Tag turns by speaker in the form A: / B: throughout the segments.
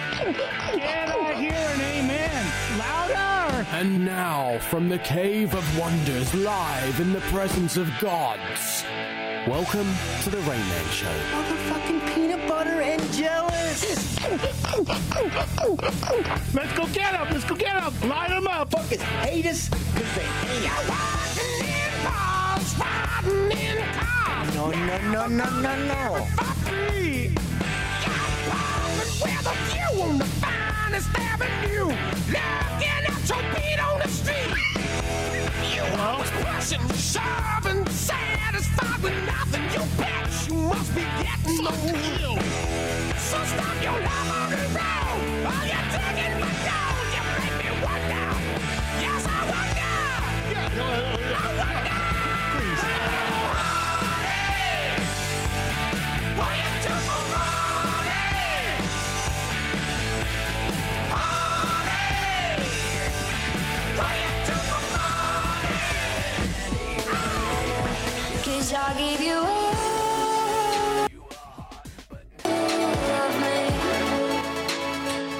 A: Can I hear an amen? Louder!
B: And now, from the Cave of Wonders, live in the presence of gods, welcome to the Rain Man Show.
C: Motherfucking peanut butter and jealous.
A: Let's go get him! Let's go get him! Line him up!
C: Fuckers hate us because they hate us. No, no, no, no, no, no.
D: Cause I gave you all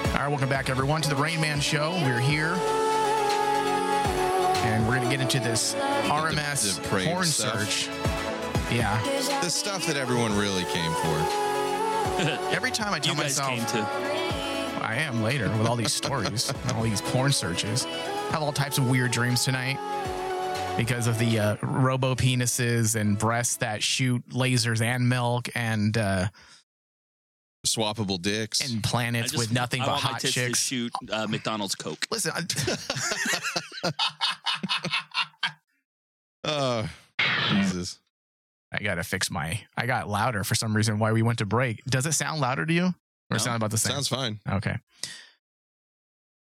E: All right, welcome back, everyone, to the Rain Man Show. We're here, and we're going to get into this RMS
F: The- the prayer
E: porn
F: stuff.
E: search. Yeah.
F: The stuff that everyone really came for.
E: Every time I tell
G: You guys
E: myself
G: came to.
E: I am later with all these stories and all these porn searches, I have all types of weird dreams tonight because of the uh, robo penises and breasts that shoot lasers and milk and uh,
F: Swappable dicks.
E: and
G: I
E: planets
G: just-
E: with nothing
G: I
E: but
G: want my
E: hot
G: tits
E: chicks.
G: To shoot uh, McDonald's Coke.
E: Listen, I-
F: oh, Jesus.
E: I gotta fix my. I got louder for some reason. Why we went to break? Does it sound louder to you, or
G: No,
E: sound about the same?
F: Sounds fine.
E: Okay.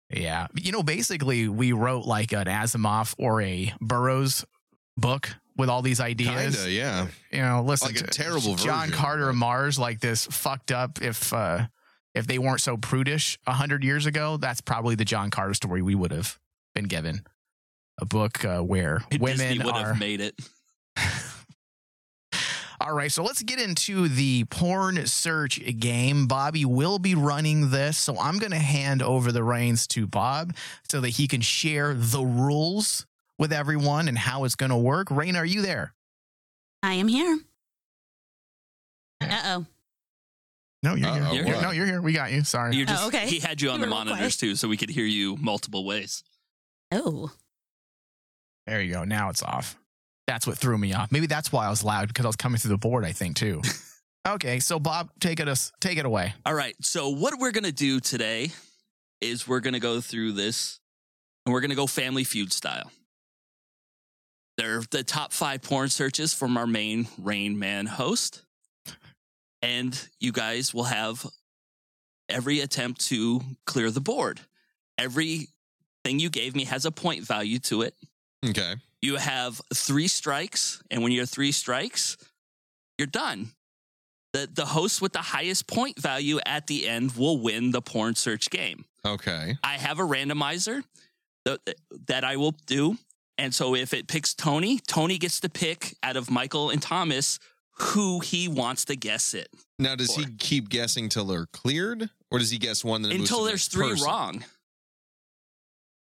E: Yeah. You know, basically, we wrote like an Asimov or a Burroughs book with all these ideas.
F: Kinda, yeah.
E: You know, listen
F: Like
E: to
F: a terrible
E: John
F: version.
E: Carter of Mars, like this fucked up. If uh if they weren't so prudish a hundred years ago, that's probably the John Carter story we would have been given. A book uh, where
G: Disney
E: women
G: would
E: are
G: have made it.
E: All right, so let's get into the porn search game. Bobby will be running this, so I'm going to hand over the reins to Bob so that he can share the rules with everyone and how it's going to work. Rain, are you there?
H: I am here. Uh oh.
E: No, you're
F: Uh-oh,
E: here.
G: You're
E: You're-
F: what?
E: no, you're here. We got you. Sorry.
G: You're just,
H: okay.
G: He had you on
H: You
G: the
H: were real
G: monitors
H: quiet.
G: too, so we could hear you multiple ways.
H: Oh.
E: there you go. Now it's off. That's what threw me off. Maybe that's why I was loud because I was coming through the board. I think too. okay, so Bob, take it us. Take it away.
G: All right. So what we're gonna do today is we're gonna go through this, and we're gonna go Family Feud style. They're the top five porn searches from our main Rain Man host, and you guys will have every attempt to clear the board. Every thing you gave me has a point value to it.
F: Okay.
G: You have three strikes, and when you're three strikes, you're done. The the host with the highest point value at the end will win the porn search game.
F: Okay.
G: I have a randomizer that, that I will do, and so if it picks Tony, Tony gets to pick out of Michael and Thomas who he wants to guess it
F: Now, does he
G: Four.
F: keep guessing till they're cleared, or does he guess one that
G: until there's three wrong,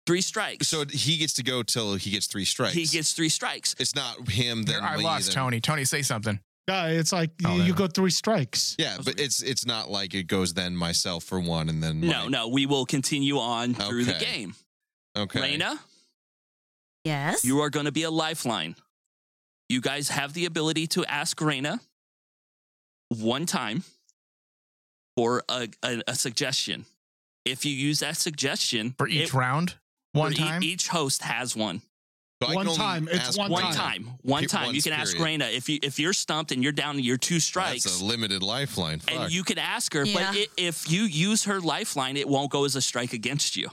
G: three strikes.
F: So he gets to go till he gets three strikes.
G: he gets three strikes.
F: It's not him. Then
E: I
F: Lee,
E: lost
F: then-
E: Tony. Tony, say something.
A: Yeah, it's like
E: Oh,
A: you,
E: there.
A: you go three strikes.
F: Yeah, but it's it's not like it goes then myself for one and then
G: No,
F: Mike.
G: no, we will continue on through the
F: Okay.
G: game.
F: Okay.
G: Raina.
H: Yes. Oh,
G: You are going to be a lifeline. You guys have the ability to ask Raina one time for a, a, a suggestion. If you use that suggestion
E: For each
G: it-
E: round, one
G: for e-
E: time.
G: each host has one.
F: So I
A: One
F: can only
A: time. It's
F: ask
A: one
G: One
A: time.
G: time. One
F: Pe-
G: time. You
F: once,
G: can ask
F: period.
G: Raina if you if you're stumped and you're down and you're two
F: That's
G: strikes.
F: a limited lifeline. Fuck.
G: and you can ask her,
H: Yeah.
G: but i if you use her lifeline, it won't go as a strike against you.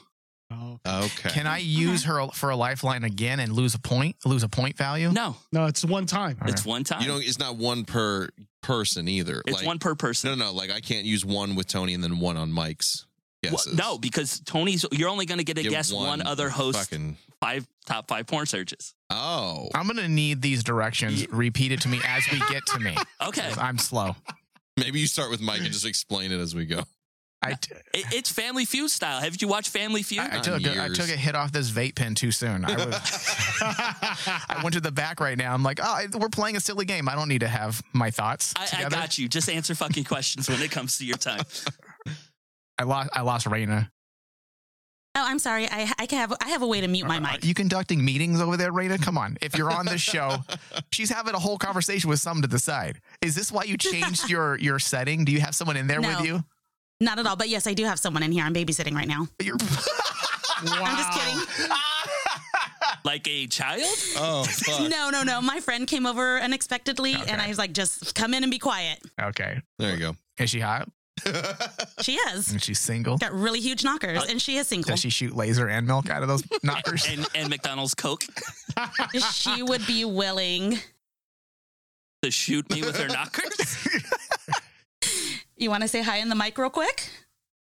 E: Mm-hmm.
A: No,
F: okay.
E: Can I use her for a lifeline again and lose a point? Lose a point value?
G: No,
A: no, it's one time.
E: Okay.
G: it's one time.
F: You know, it's not one per person either.
G: it's
F: like,
G: one per person.
F: No, no, like I can't use one with Tony and then one on Mike's
G: Well,
F: guesses.
G: no, because Tony's. You're only going to get a
F: Get
G: guess one, other host
F: Fucking,
G: five top five porn searches.
F: oh,
E: I'm gonna need these directions repeated to me as we get to me.
G: Okay.
E: 'cause I'm slow.
F: maybe you start with Mike and just explain it as we go.
E: I, t-
G: It, it's Family Feud style. Have you watched Family Feud?
E: I, I
F: On
E: took a, I
F: years.
E: took a hit off this vape pen too soon. I, was, I went to the back right now. I'm like, oh, I- we're playing a silly game. I don't need to have my thoughts.
G: I, I
E: together.
G: got you. Just answer fucking questions when it comes to your time.
E: I lost. I lost Raina.
H: Oh, I'm sorry. I I can have I have a way to mute my
E: Are- are
H: mic.
E: Uh, you conducting meetings over there, Raina? Come on. If you're on this show, she's having a whole conversation with someone to the side. Is this why you changed your your setting? Do you have someone in there
H: No.
E: with you?
H: Not at all. But yes, I do have someone in here. I'm babysitting right now.
E: You're
H: I'm just kidding.
G: Like a child?
F: Oh, fuck.
H: No, no, no. My friend came over unexpectedly, and I was like, "Just come in and be quiet."
E: okay.
F: There you go.
E: Is she hot?
H: She is
E: And she's single.
H: got really huge knockers, and she is single.
E: Mm. Uh, Does she shoot laser and milk out of those knockers?
G: And and McDonald's Coke
H: she would be willing.
G: to shoot me with their knockers?
H: You want to say hi in the mic real quick?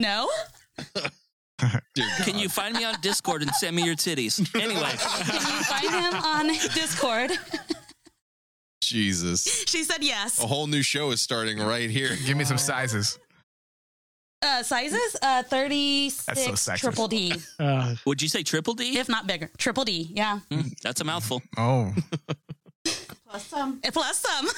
H: No.
F: Dear God.
G: Can you find me on Discord and send me your titties? Anyway,
H: Can you find him on Discord?
F: Jesus.
H: She said yes.
E: Oh.
F: A whole new show is starting right here.
E: Give me some sizes.
H: Uh, sizes uh, 36
E: That's so sexist.
H: triple D,
A: Uh,
G: would you say triple D?
H: if not bigger. Triple D, yeah.
G: Hmm, that's a mouthful.
E: Oh,
H: And Plus some.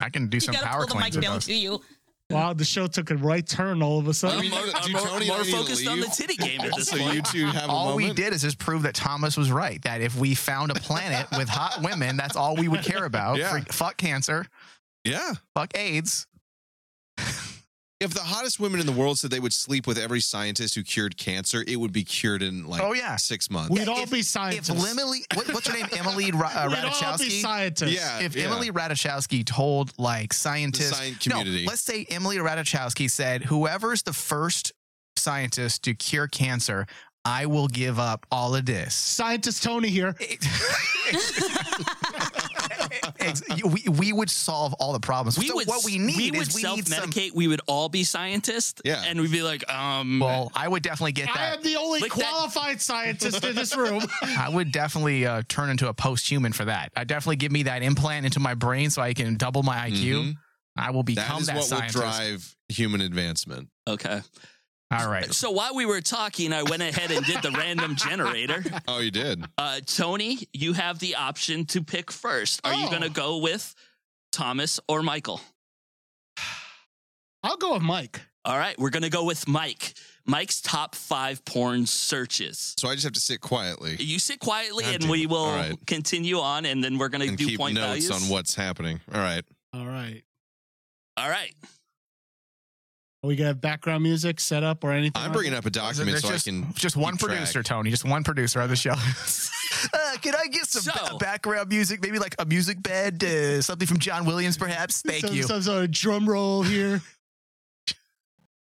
E: I can do
H: You
E: some
H: gotta
E: power
H: pull the mic
E: cleans with
H: down
E: those.
H: to you.
A: wow, the show took a right turn all of a
F: I
A: sudden.
F: mean,
G: I'm more,
F: do
G: I'm more-
F: Tony
G: more
F: need to
G: focused on the
F: leave?
G: titty game at this
F: So
G: point.
F: you two have a
E: All we
F: moment?
E: did is just prove that Thomas was right. That if we found a planet with hot women, that's all we would care about.
F: Yeah.
E: Freak- fuck cancer.
F: Yeah.
E: Fuck AIDS.
F: If the hottest women in the world said they would sleep with every scientist who cured cancer, it would be cured in like
E: Oh, yeah.
F: six months.
A: We'd all
E: if-
A: be
E: if
A: scientists.
E: Emily, what, what's her name? Emily Ra- uh,
A: We'd all be
E: Ratajkowski.
A: scientists.
F: Uh, Yeah.
E: if Emily Ratajkowski told like scientists,
F: The science community.
E: No, let's say Emily Ratajkowski said, "Whoever's the first scientist to cure cancer, I will give up all of this."
A: Scientist Tony here.
E: It- Ex- we, we would solve all the problems.
G: We
E: so
G: would,
E: what we need
G: we would
E: is we need some.
G: self-medicate. we would all be scientists.
F: Yeah.
G: And we'd be like, um,
E: Well, I would definitely get
A: I am
E: that.
A: the only
G: Lick that-
A: qualified scientist in this room.
E: I would definitely uh, turn into a post-human for that. I definitely give me that implant into my brain so I can double my IQ.
F: Mhm.
E: I will become
F: That
E: that,
F: is what
E: scientist.
F: will drive human advancement.
G: okay.
E: All right.
G: So while we were talking, I went ahead and did the random generator.
F: Oh, you did.
G: Uh, Tony, you have the option to pick first. Are you
A: Oh.
G: going to go with Thomas or Michael?
A: I'll go with Mike.
G: All right, we're going to go with Mike. Mike's top five porn searches.
F: So I just have to sit quietly
G: You sit quietly
F: God
G: and
F: damn
G: we
F: it.
G: will
F: All right.
G: continue on and then we're going to
F: and
G: do
F: keep
G: point
F: notes
G: values.
F: on what's happening. All right.
A: All right.
G: All right.
A: Are we gonna have background music set up or anything?
F: I'm bringing up a document
E: There's
F: so
E: just,
F: I can.
E: just one
F: keep track.
E: producer, Tony. Just one producer of the show. uh, can I get some
G: So-
E: ba- background music? Maybe like a music bed, uh, something from John Williams, perhaps. Thank
A: some,
E: you.
A: Some sort of drum roll here.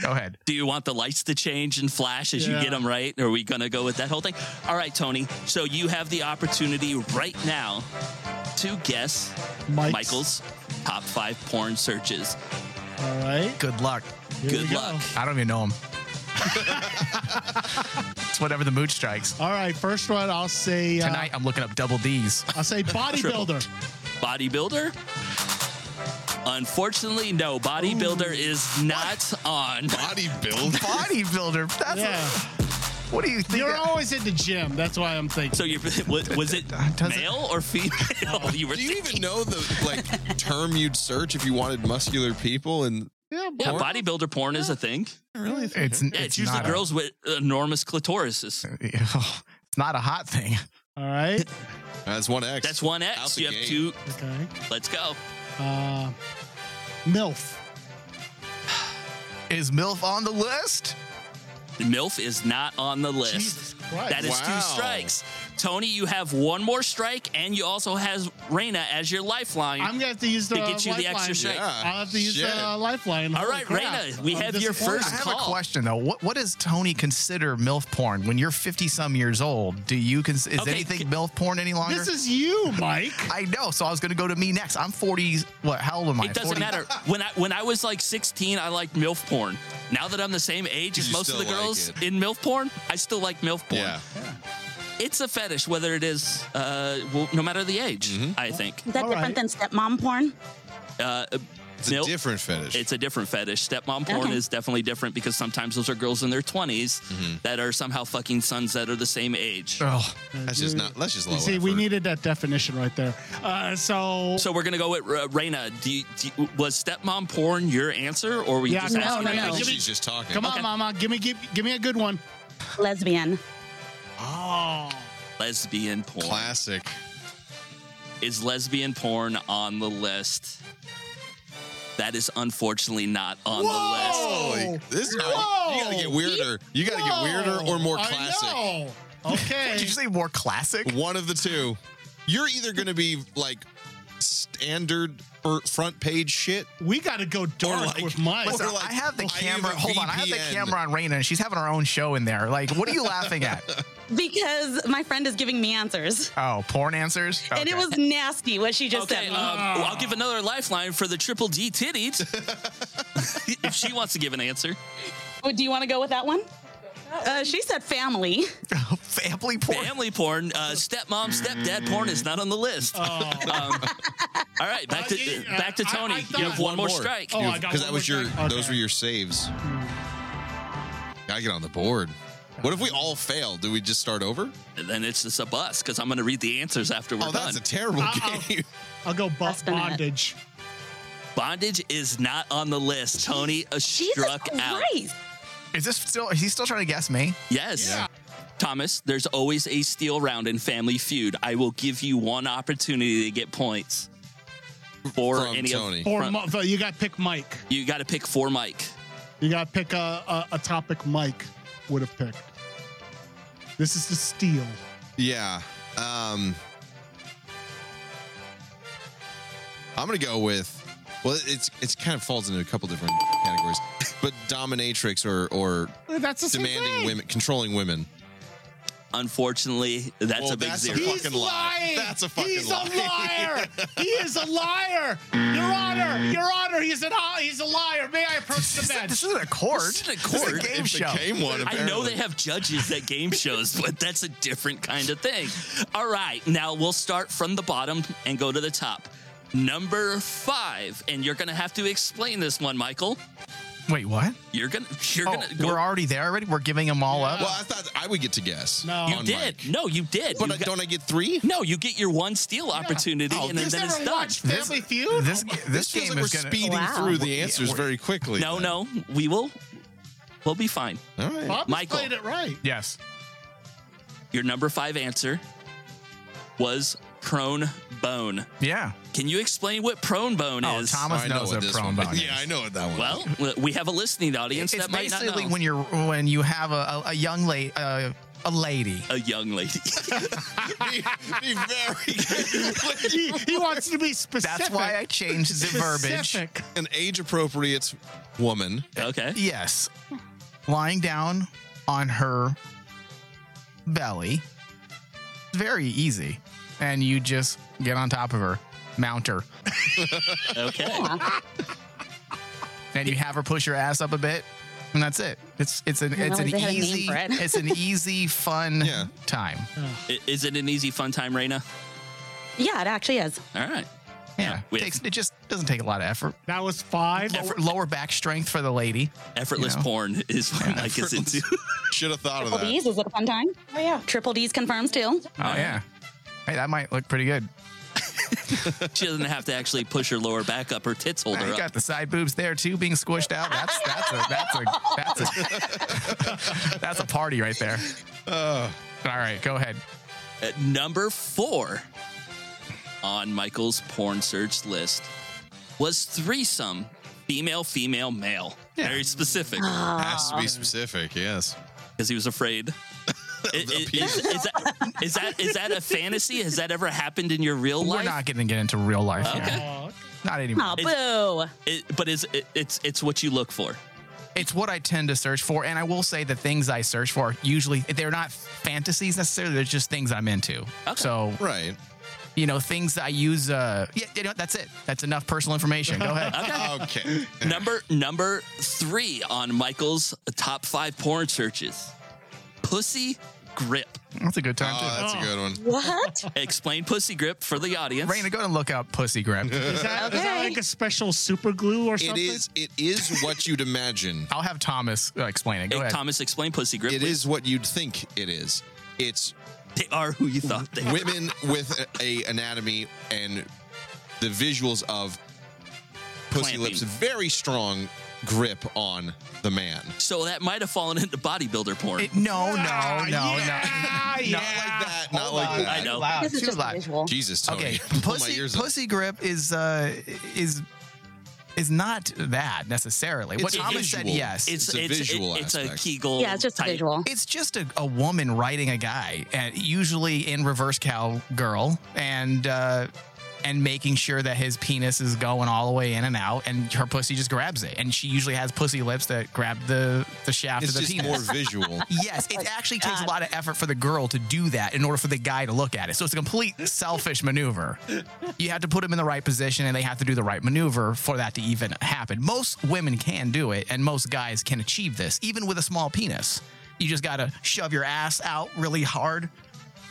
E: Go ahead.
G: Do you want the lights to change and flash as you
A: Yeah.
G: get them right? Or are we going to go with that whole thing? All right, Tony. So you have the opportunity right now to guess
A: Mike's.
G: Michael's top five porn searches.
A: All right.
E: Good luck.
A: here we
G: Good
A: go.
G: luck.
E: I don't even know him. it's whatever the mood strikes.
A: All right. First one, I'll say uh,
E: Tonight, I'm looking up double D's.
A: I'll say bodybuilder.
G: bodybuilder? Unfortunately, no. Bodybuilder is not on.
F: Bodybuild.
E: Bodybuilder. That's
A: yeah.
E: what do you think?
A: You're always in the gym. That's why I'm thinking.
G: So you was, was it
E: Does it-
G: male or female? You were
F: Do you even
G: thinking.
F: know the like term you'd search if you wanted muscular people? And
A: yeah,
G: Yeah,
A: boy.
G: bodybuilder porn is a thing.
E: really? It's,
G: Yeah, it's,
E: it's
G: usually
E: not
G: girls with enormous clitorises.
E: A, it's not a hot thing.
A: All right.
F: that's one X.
G: That's one X.
F: Out the
G: you have
F: gate.
G: two.
A: Okay.
G: Let's go.
A: Uh, MILF.
E: Is MILF on the list?
G: MILF is not on the list.
A: Jesus Christ.
G: That is two
F: Wow.
G: strikes. Tony, you have one more strike, and you also has Reina as your lifeline.
A: I'm gonna have to use the
G: To get you
A: lifeline.
G: the extra shot.
F: Yeah,
A: I'll have to use
F: shit.
A: the uh, lifeline.
G: All
A: Holy
G: right,
A: crap.
G: Raina, we
A: I'm
G: have your
A: disappointed.
G: first
E: I have a
G: call.
E: question though. What what does Tony consider MILF porn? When you're 50 some years old, do you cons- is
G: Okay,
E: anything
G: ca-
E: MILF porn any longer?
A: This is you, Mike.
E: I know, so I was going to go to me next. I'm 40. What? How old am I?
G: It doesn't
E: 40
G: matter. When I when I was like 16, I liked milf porn. Now that I'm the same age as
F: You
G: most of
F: still
G: the
F: like
G: girls
F: it.
G: in milf porn, I still like milf porn.
F: Yeah.
G: It's a fetish, whether it is,
F: Mm-hmm.
G: uh, well, no matter the age. I think
H: Is that
A: All right.
H: different than stepmom porn?
G: uh,
F: It's
G: Nope.
F: a different fetish.
G: It's a different fetish. Stepmom porn is definitely different because sometimes those are girls in their 20s
F: Mm-hmm.
G: that are somehow fucking sons that are the same age.
E: Oh,
F: that's just not. That's just low.
A: See, we
F: effort.
A: needed that definition right there. Uh, so,
G: So we're gonna go with uh, Raina. Do you, do you- was stepmom porn your answer, or were you
A: Yeah,
G: just
A: no,
G: asking?
A: no,
G: that
A: no.
F: I think
G: question?
A: Give me-
F: She's just talking.
A: come on,
G: Okay.
A: Mama, give me give, give me a good one.
H: Lesbian.
A: Oh,
G: Lesbian porn
F: Classic.
G: is lesbian porn on the list? That is unfortunately not on the list.
F: Holy, this is
A: Whoa!
F: you gotta get weirder. You gotta
A: Whoa.
F: get weirder or more
A: I
F: classic.
A: know. Okay.
E: Did you say more classic?
F: One of the two. You're either gonna be like standard er, front page shit.
A: we got to go dark
F: like-
A: with mine.
E: Listen,
F: Listen, Or like
E: I have the
F: live
E: camera. Hold on, I have the
F: VPN.
E: camera on Raina, and she's having her own show in there. Like, what are you laughing at?
H: Because my friend is giving me answers.
E: Oh, porn answers.
H: And it
E: Okay.
H: was nasty what she just
G: Okay,
H: said.
G: um, I'll give another lifeline for the triple D titties. if she wants to give an answer,
H: Oh, Do you want to go with that one? Uh, she said family.
E: family porn.
G: family porn, uh, stepmom, stepdad porn is not on the list. Um, all right, back
A: Uh,
G: to
A: you- uh,
G: back to
A: I- I
G: Tony.
A: thought-
G: you have one, more strike.
A: Oh, I got one
F: Because that
A: more
F: was your
A: thing.
F: those
A: Okay.
F: were your saves. Gotta get on the board. What if we all fail? Do we just start over?
G: And then it's just a bus because I'm going to read the answers after we're
F: oh,
G: done.
F: that's a terrible
A: Uh-oh.
F: game.
A: I'll go bu-
H: That's been it.
A: bondage.
G: Bondage is not on the list. Tony uh, struck out.
H: Christ.
E: Is this still? Is he still trying to guess me?
G: Yes. Thomas, there's always a steel round in Family Feud. I will give you one opportunity to get points for
F: From
G: any
F: Tony.
G: of
A: Or
G: from-
A: Mo- you got to pick Mike.
G: you got to pick for Mike.
A: You got to pick a, a, a topic Mike would have picked. This is the steal.
F: Yeah. Um I'm gonna go with well it's it's kind of falls into a couple different categories. But dominatrix or or
A: That's the same
F: demanding
A: thing.
F: women controlling women.
G: Unfortunately, that's
F: Well,
G: a big
F: that's a
G: zero.
F: fucking
A: He's
F: lie.
A: lying.
F: That's a fucking
A: He's
F: lie.
A: a liar. he is a liar. Your Honor, Your Honor, he's an he's a liar. May I approach the
E: This isn't,
A: bench?
E: this isn't a court.
G: This isn't a
E: This
G: court.
E: is a game
F: If
E: show.
F: They came one,
G: I know
F: apparently.
G: they have judges at game shows, but that's a different kind of thing. All right, now we'll start from the bottom and go to the top. Number five, and you're gonna have to explain this one, Michael.
E: Wait, what?
G: You're gonna, you're
E: Oh,
G: gonna
E: we're
G: go.
E: already there already. We're giving them all up.
F: Well, I thought I would get to guess.
A: No.
G: You
F: on
G: did.
F: Mike.
G: No, you did.
F: But
G: You
F: I-
G: got-
F: don't I get three?
G: No, you get your one steal opportunity,
F: Oh,
G: and then,
F: this
G: then
A: Never
G: it's done.
A: watched Family Feud.
E: this this,
F: This feels
E: game
F: like we're
E: is gonna.
F: speeding
H: Wow.
F: through the
E: Yeah,
F: answers
E: we're-
F: very quickly.
G: No,
F: then.
G: no, we will. We'll be fine.
F: All right.
A: Bob
G: Michael.
A: played it right.
E: Yes.
G: Your number five answer was prone bone.
E: Yeah.
G: Can you explain what prone bone
E: Oh,
G: is?
E: Thomas
F: I know
E: knows
F: what
E: a
F: this
E: prone
F: one-
E: bone.
F: Yeah, I know what that one.
G: Well, we have a listening audience
E: It's,
G: that might not
E: basically
G: know.
E: when you're when you have a, a, a young lady uh, a lady.
G: a young lady.
F: be, be very
A: He, he wants to be specific.
E: That's why I changed the verbiage.
A: Specific.
F: an age appropriate woman.
G: okay.
E: Yes. Lying down on her belly. Very easy. And you just get on top of her, mount her,
G: Okay.
E: and you have her push her ass up a bit. And that's it. It's it's an
H: don't
E: it's
H: know if
E: an
H: they had a name
E: easy
H: for it.
E: it's an easy fun
F: Yeah.
E: time.
G: I- Is it an easy fun time, Raina?
H: Yeah, it actually is.
G: All right.
E: Yeah.
G: With-
E: Takes, it just doesn't take a lot of effort.
A: That was five.
E: Effort- lower back strength for the lady.
G: Effortless
E: You know.
G: porn is what Mike is into.
F: Should have thought of
H: Triple
F: that.
H: D's was it a fun time? Oh yeah. Triple D's confirms too.
E: Oh yeah. Hey, that might look pretty good.
G: she doesn't have to actually push her lower back up. Her tits hold her
E: I
G: up.
E: got the side boobs there too being squished out. That's that's a that's a that's a that's a party right there.
G: Uh.
E: All right, go ahead.
G: At number four on Michael's porn search list was threesome female, female, male.
E: Yeah.
G: Very specific
F: Has to be specific, yes.
G: because he was afraid. I- I- is, is that, is that is that a fantasy? Has that ever happened in your real
E: We're
G: life?
E: not going to get into real life.
G: Okay.
E: Yeah.
A: Oh,
E: Not anymore.
H: Oh, boo.
G: It- but is it, it's it's what you look for.
E: It's what I tend to search for, and I will say the things I search for usually they're not fantasies necessarily. They're just things I'm into.
G: Okay.
E: So
F: Right.
E: you know things that I use. Uh, yeah, you know, that's it. That's enough personal information. Go
G: Uh,
E: ahead.
F: Okay. Oh,
G: Number number three on Michael's top five porn searches: pussy grip.
E: That's a good time
F: Oh, that's a good one.
D: What?
G: Explain pussy grip for the
E: too.
G: audience.
E: Raina, go and look up pussy grip.
A: Is that, is that
D: Okay.
A: like a special super glue or
F: It
A: something?
F: is. It is what you'd imagine.
E: I'll have Thomas uh, explain it. Go
G: Hey,
E: ahead.
G: Thomas, explain pussy grip.
F: It is what you'd think it is. It's
G: They are who you thought they were.
F: women with a, a anatomy and the visuals of pussy
G: Clamping.
F: lips very strong grip on the man
G: So that might have fallen into bodybuilder porn.
E: It- no, no, no,
A: Ah,
E: no.
A: yeah,
E: Not
A: yeah.
F: like that not
E: Oh
F: like that
G: I know.
E: Loud,
D: This is
E: too
D: just a
E: loud.
D: visual.
F: jesus Tony.
E: Okay,
F: Pull my
E: pussy,
F: ears up.
E: pussy grip is uh is is not that necessarily. What
F: It's a
E: Thomas said,
F: visual.
E: yes,
F: It's a visual
G: it's
F: aspect.
G: a Kegel.
D: Yeah, it's just a
G: type.
D: visual.
E: It's just a, a woman writing a guy, and usually in reverse cowgirl, and uh, and making sure that his penis is going all the way in and out, and her pussy just grabs it, and she usually has pussy lips that grab the the shaft
F: it's
E: of the
F: just
E: penis.
F: more visual
E: Yes, it actually takes a lot of effort for the girl to do that in order for the guy to look at it. So it's a complete selfish maneuver. You have to put him in the right position and they have to do the right maneuver for that to even happen. Most women can do it and most guys can achieve this, even with a small penis. You just got to shove your ass out really hard,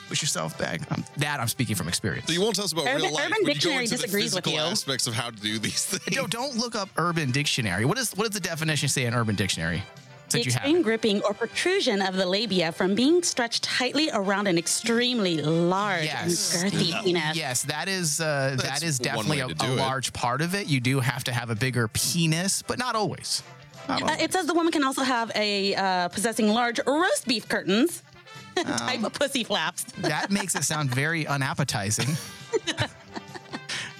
E: push yourself back. Um, that I'm speaking from experience.
F: so you won't tell us about
D: Urban-
F: real life
D: Urban
F: but you go
D: Dictionary
F: into the
D: disagrees with
F: physical
D: you.
F: aspects of how to do these things
E: don't, don't look up Urban Dictionary. What is what does the definition say in Urban Dictionary?
D: The
E: Since you have
D: extreme
E: it.
D: gripping or protrusion of the labia from being stretched tightly around an extremely large
E: Yes.
D: and girthy penis.
E: Yes, that is uh, that
F: That's
E: is
F: one
E: definitely a,
F: way to
E: a
F: do it.
E: large part of it. You do have to have a bigger penis, but not always. Not
D: Uh, it says the woman can also have a uh, possessing large roast beef curtains,
F: Oh.
D: type of pussy flaps.
E: always. that makes it sound very unappetizing.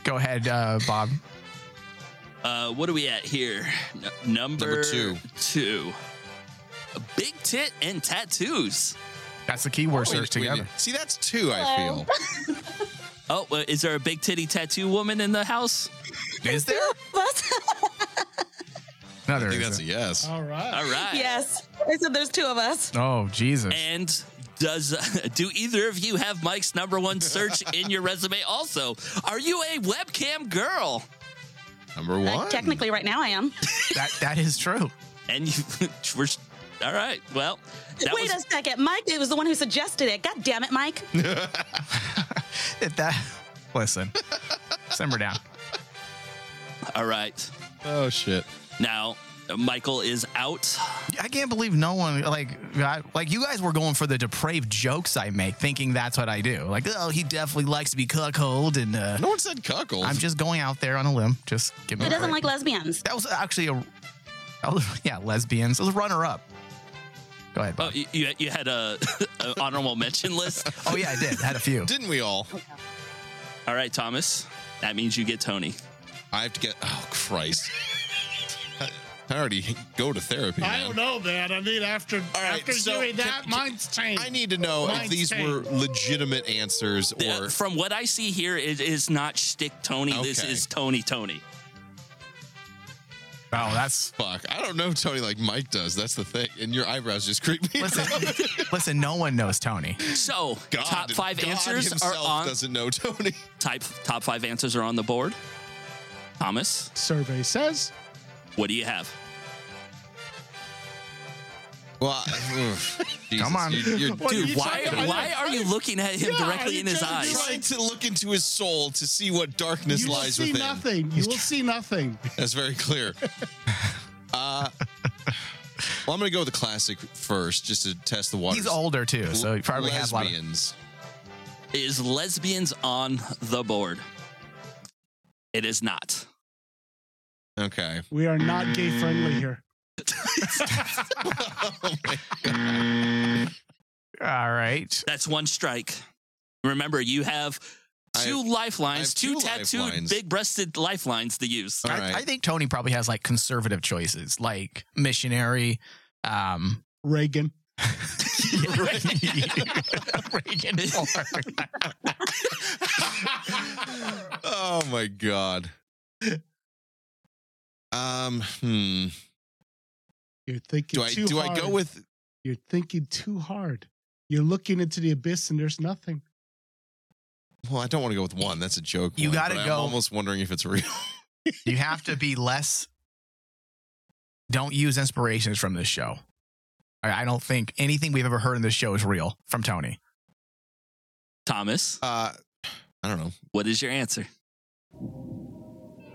E: Go ahead, uh, Bob.
G: Uh, what are we at here? N- number,
F: Number two.
G: two. A big tit and tattoos.
E: That's the key word
F: Wait,
E: search
F: wait,
E: together.
F: see that's two i feel
G: Oh, well, is there a big titty tattoo woman in the house?
E: Is there?
F: i
E: Another.
F: think that's a yes
A: All right.
G: All right.
D: yes. I said there's two of us.
E: oh Jesus!
G: And does do either of you have Mike's number one search in your resume? Also, are you a webcam girl?
F: number
D: Uh,
F: one
D: technically, right now I am.
E: That that is true.
G: And you, we're all right. Well, that
D: Wait
G: was
D: a second. Mike it was the one who suggested it. God damn it, Mike.
E: If that. Listen, simmer down.
G: all right.
F: oh shit
G: Now, Michael is out.
E: I can't believe no one like got, like you guys were going for the depraved jokes I make, thinking that's what I do. Like, oh, he definitely likes to be cuckold, and uh,
F: no one said cuckold
E: I'm just going out there on a limb. Just give me.
D: Who
E: a
D: doesn't
E: break.
D: like lesbians?
E: That was actually a. that was- yeah, lesbians. It was runner up. Go ahead.
G: Oh,
E: Bob.
G: you- you, you had a, a honorable mention list.
E: Oh, yeah, I did. I had a few.
F: didn't we all
G: All right, Thomas. That means you get Tony.
F: i have to get oh christ I- i already go to therapy
A: I
F: man.
A: don't know, man. I mean, after
F: right,
A: after
F: so
A: hearing
F: can-
A: that,
F: can-
A: mine's changed.
F: I need to know if
A: Mine's
F: these were
A: changed.
F: legitimate answers or
G: Uh, From what I see here, it is not shtick Tony. This
F: Okay.
G: is Tony Tony.
E: Oh, that's.
F: fuck. I don't know Tony like Mike does. That's the thing. And your eyebrows just creep me.
E: Listen,
F: out.
E: listen. No one knows Tony.
G: So,
F: God-
G: top five
F: God
G: answers are
F: himself
G: on.
F: Doesn't know Tony.
G: Type top five answers are on the board. Thomas,
A: Survey says
G: what do you have?
F: Well, I- oof. Jesus,
E: Come on.
F: you- you're
A: What are
G: Dude,
A: you
G: why
A: talking about?
G: why are you looking at him
A: Yeah,
G: directly
A: you
G: in his
A: just-
G: eyes?
F: trying to look into his soul to see what darkness
A: you will
F: lies
A: see
F: within.
A: nothing. You will see nothing.
F: That's very clear. uh, well, I'm gonna go with the classic first, just to test the waters.
E: He's older too, so he probably has a lot. Of,
F: lesbians.
G: Is lesbians on the board? It is not.
F: Okay.
A: We are not gay friendly here.
E: all right.
G: That's one strike. Remember, you have two lifelines,
F: have
G: two,
F: two
G: tattooed,
F: lifelines.
G: big-breasted lifelines to use.
F: All
E: I,
F: right.
E: I think Tony probably has like conservative choices, like missionary. Um,
A: Reagan.
E: Reagan Ford.
F: oh my god. Um. Hmm.
A: You're thinking
F: Do I
A: too
F: do
A: hard.
F: I go with
A: You're thinking too hard. You're looking into the abyss and there's nothing.
F: Well, I don't want to go with one. That's a joke.
E: You
F: one,
E: gotta
F: but
E: go-
F: I'm almost wondering if it's real.
E: You have to be less. Don't use inspirations from this show. I I don't think anything we've ever heard in this show is real from Tony.
G: Thomas,
F: Uh, I don't know.
G: what is your answer?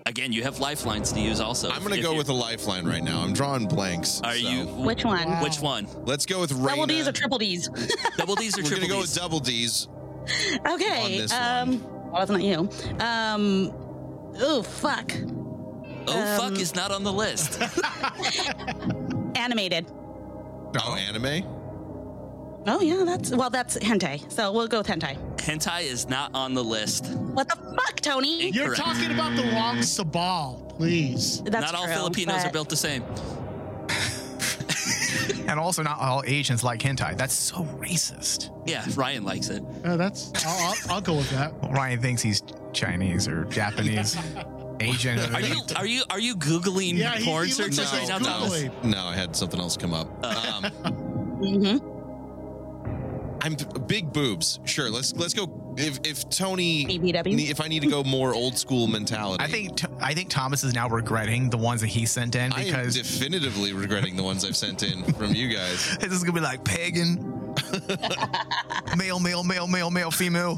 G: Again, you have lifelines to use also.
F: I'm going to go with a lifeline right now. I'm drawing blanks.
G: Are
F: so
G: you
D: Which one?
G: which one?
F: Let's go with Raina.
D: Double D's or triple D's?
G: Double D's or
F: We're going to go
G: triple D's?
F: with double D's. On
D: okay.
F: this
D: Um, well, that's not you. Um, oh fuck.
G: oh
D: um,
G: fuck is not on the list.
D: Animated.
F: Oh, anime?
D: Oh yeah, that's well, that's hentai. So we'll go with hentai.
G: Hentai is not on the list.
D: What the fuck, Tony?
A: You're
G: Correct.
A: talking about the wrong Sabal, please.
D: That's
G: not all
D: true,
G: Filipinos
D: but-
G: are built the same.
E: And also, not all Asians like hentai. That's so racist.
G: Yeah, Ryan likes it.
A: Uh, that's. I'll, I'll, I'll go with that.
E: Ryan thinks he's Chinese or Japanese, Asian.
G: Are you are you are you googling
A: Yeah, he-
G: porn
A: he looks
G: searches
A: like
G: right
A: he's
G: now, Thomas?
A: Googling.
F: No, I had something else come up.
G: Uh.
F: Um,
D: Mhm.
F: I'm big boobs. Sure, let's let's go. If if Tony,
D: BBW.
F: if I need to go more old school mentality,
E: I think I think Thomas is now regretting the ones that he sent in
F: I am
E: because
F: definitively regretting the ones I've sent in from you guys.
E: this is gonna be like pagan, male, male, male, male, male, female.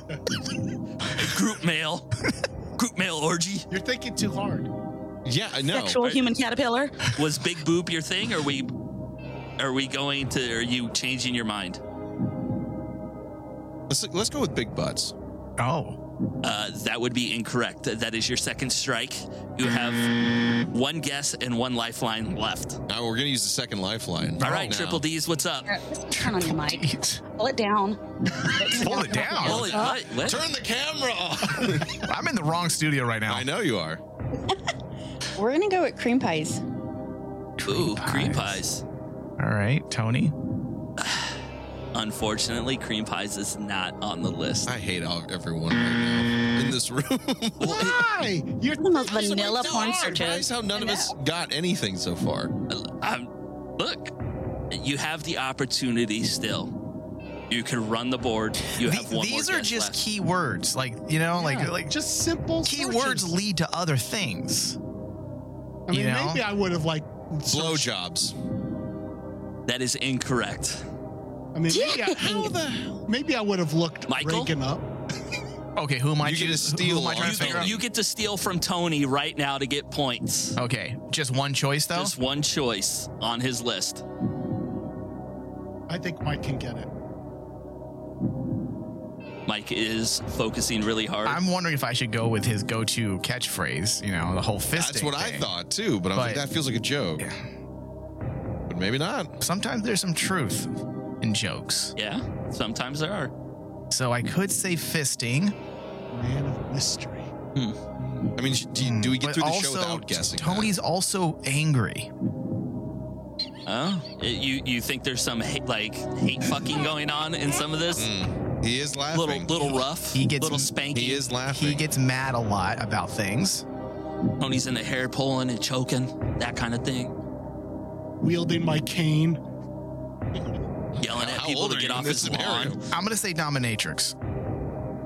G: Group mail. Group mail orgy.
A: You're thinking too hard.
F: Yeah, I know.
D: Sexual human caterpillar.
G: Was big boob your thing? Or we are we going to are you changing your mind?
F: Let's let's go with big butts.
E: Oh,
G: Uh, that would be incorrect. That is your second strike. You have one guess and one lifeline left.
F: Now we're gonna use the second lifeline.
G: All right,
F: now.
G: Triple D's, what's up?
D: Here, just Turn on your mic. Pull it down.
E: pull it down.
G: Holy, what? What?
F: Turn the camera off.
E: I'm in the wrong studio right now.
F: I know you are.
I: We're gonna go with cream pies.
G: Ooh, cream
E: pies.
G: pies.
E: All right, Tony.
G: Unfortunately, cream pies is not on the list.
F: I hate all, everyone right now in this room.
A: Why? You're
D: The most
F: It's
D: vanilla
F: so
D: porn
F: hard. Surprised
D: searches.
F: how none of us got anything so far.
G: I'm, Um, look, you have the opportunity still. You can run the board. You
E: The-
G: have one
E: these
G: more
E: are
G: guess
E: just
G: left.
E: key words, like you know, like like just
A: just simple
E: key
A: searches.
E: words lead to other things.
A: I mean,
E: you know?
A: maybe I would have like searched-
F: Blowjobs.
G: That is incorrect.
A: I mean, maybe I, maybe I would have looked
G: Michael?
A: Reagan up.
E: Okay, who am I?
F: You get
E: choo-
F: a steal
E: Who am I
F: on
E: trying
G: You
E: to figure
G: get,
E: out?
F: Tony.
G: you get to steal from Tony right now to get points.
F: Oh,
E: Okay, just one choice though.
G: Just one choice on his list.
A: I think Mike can get it.
G: Mike is focusing really hard.
E: I'm wondering if I should go with his go-to catchphrase. You know, the whole fisting.
F: That's what I
E: thing.
F: thought too, but I was like,
E: But-
F: that feels like a joke.
E: Yeah.
F: But maybe not.
E: Sometimes there's some truth in jokes,
G: yeah, sometimes there are.
E: so I could say fisting.
A: Man of mystery.
F: I mean, sh- do, you- do we get
E: hmm, but
F: through the
E: also,
F: show without guessing? that?
E: Tony's also angry.
G: Oh, it- you you think there's some hate, like hate fucking going on in some of this?
F: Mm. He is laughing.
G: Little little rough.
E: He gets-
G: little spanky.
F: he is laughing.
E: He gets mad a lot about things.
G: Tony's in the hair pulling and choking, that kind of thing.
A: Wielding my cane.
G: yelling at
F: How
G: people
F: old
G: to
F: are
G: get
F: you
G: off
F: in
G: his
F: this scenario?
G: lawn.
E: I'm gonna say dominatrix.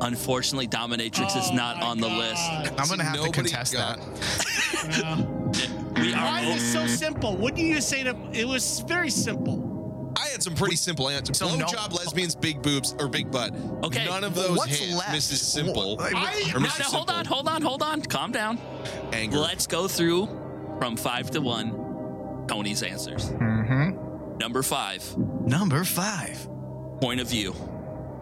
G: Unfortunately, Dominatrix is
A: Oh
G: not
A: my
G: on the
A: God.
G: list.
E: I'm gonna have to
F: Nobody
E: contest
F: got-
E: that.
A: Yeah.
G: We are
A: Mine was so simple. Wouldn't you say that it was very simple?
F: I had some pretty simple answers.
E: So
F: Blowjob,
E: no-
F: lesbians, big boobs, or big butt.
G: Okay.
F: None of those
E: What's
F: hit
E: left?
F: Mrs. Simple.
E: Wha-
A: I-
F: or
G: no, no,
F: Mrs.
G: hold on,
F: Simple.
G: hold on, hold on. Calm down.
F: Anger.
G: Let's go through from five to one. Tony's answers.
E: Mm-hmm.
G: Number five,
E: Number five.
G: point of view,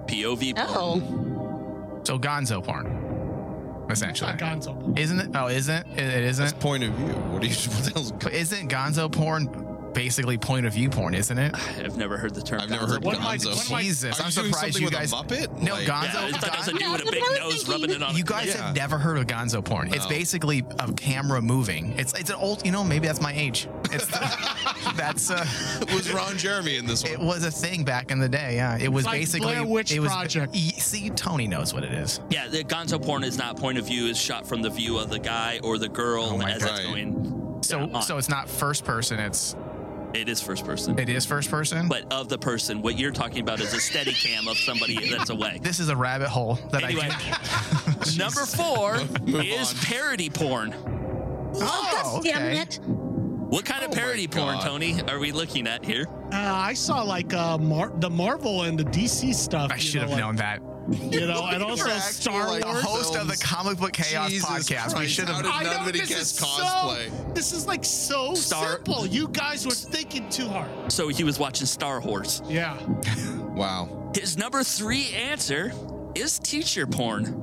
G: POV. porn.
D: Oh,
E: So gonzo porn, essentially.
A: Not Gonzo.
E: Isn't it? Oh, isn't it? It
F: That's
E: isn't.
F: point of view. What do you? What the hell's?
E: But isn't gonzo porn basically point of view porn? Isn't it?
G: I've never heard the term.
F: I've never
G: gonzo.
F: heard
A: What am I-
F: Gonzo.
A: what am I-
E: Jesus,
F: Are
E: I'm
F: you doing
E: surprised
F: something
E: you
F: with a
E: guys.
F: Muppet?
E: No,
F: Like-
E: gonzo.
G: Yeah, it's like
E: gon-
G: there's a dude with a big nose rubbing it on.
E: you
G: his-
E: guys
F: Yeah.
E: have never heard of gonzo porn. It's
F: No.
E: basically a camera moving. It's it's an old. You know, maybe that's my age. It's that's. Uh,
F: was Ron Jeremy in this
E: it
F: one?
E: was a thing back in the day. Yeah, it was
A: like
E: basically
A: Blair Witch
E: it was,
A: Project.
E: E- See, Tony knows what it is.
G: Yeah, the gonzo porn is not point of view; is shot from the view of the guy or the girl
E: Oh my
G: as it's
F: God.
G: going.
E: So
G: Yeah, on.
E: so it's not first person. It's
G: It is first person,
E: it is first person.
G: but of the person. What you're talking about is a steady cam of somebody that's away.
E: this is a rabbit hole that
G: Anyway,
E: I. Didn't,
G: number four
F: Move
G: is
F: on.
G: parody porn.
E: oh,
D: damn
E: okay.
D: it.
G: What kind of
F: Oh my
G: parody porn,
F: God.
G: Tony, are we looking at here?
A: Uh, I saw like uh, Mar- the Marvel and the DC stuff.
E: I
A: you
E: should
A: know,
E: have
A: like-
E: known that.
A: You know, and also
F: You're acting
A: Star
F: like
A: Wars.
F: the
E: The host of the
F: Films.
E: Comic Book Chaos
F: Jesus
E: podcast. we
F: Christ,
E: should
F: how
E: have.
F: did-
A: I
F: None
A: know
F: of it
A: this
F: gets
A: is so.
F: cosplay.
A: This is like so
G: Star-
A: simple. You guys were thinking too hard.
G: So he was watching Star Wars.
A: Yeah.
F: Wow.
G: His number three answer is teacher porn.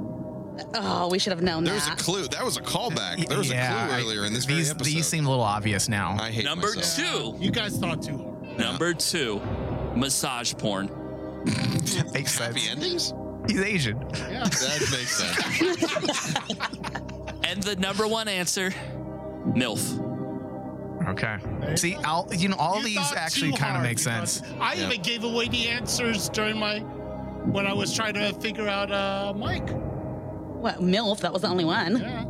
D: Oh, we should have known
F: There was a
D: that.
F: clue. That was a callback. There was
E: Yeah,
F: a clue
E: I-
F: earlier in this very
E: These
F: episode.
E: these seem a little obvious now.
F: I hate
G: Number
F: myself.
G: two.
A: You guys thought too hard.
G: Number two. Massage porn.
E: makes sense.
F: Happy endings?
E: He's Asian.
A: Yeah.
F: That makes sense.
G: And the number one answer, MILF.
E: Okay. See, I'll, you know, all
A: You
E: these
A: thought
E: actually
A: too
E: kind of
A: hard
E: make
A: because
E: sense.
A: I
F: Yeah.
A: even gave away the answers during my when I was trying to figure out uh, Mike.
D: What MILF? That was the only one.
A: Yeah.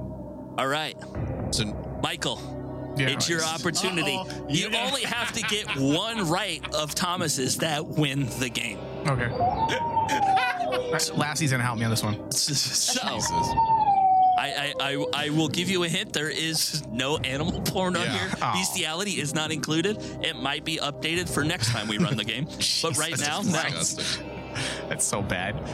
G: All right,
F: So,
G: Michael.
E: Yeah.
G: It's your opportunity.
A: Uh-oh.
G: You
A: You're gonna-
G: only have to get one right of Thomas's that win the game.
E: Okay. Lassie's gonna help me on this one.
G: So
F: Jesus.
G: I, I, I, I will give you a hint. There is no animal porn on
F: Yeah.
G: here.
E: Aw.
G: Bestiality is not included. It might be updated for next time we run the game. but right
E: Jesus
G: now,
E: Christ.
G: no.
F: Disgusting.
E: That's so bad.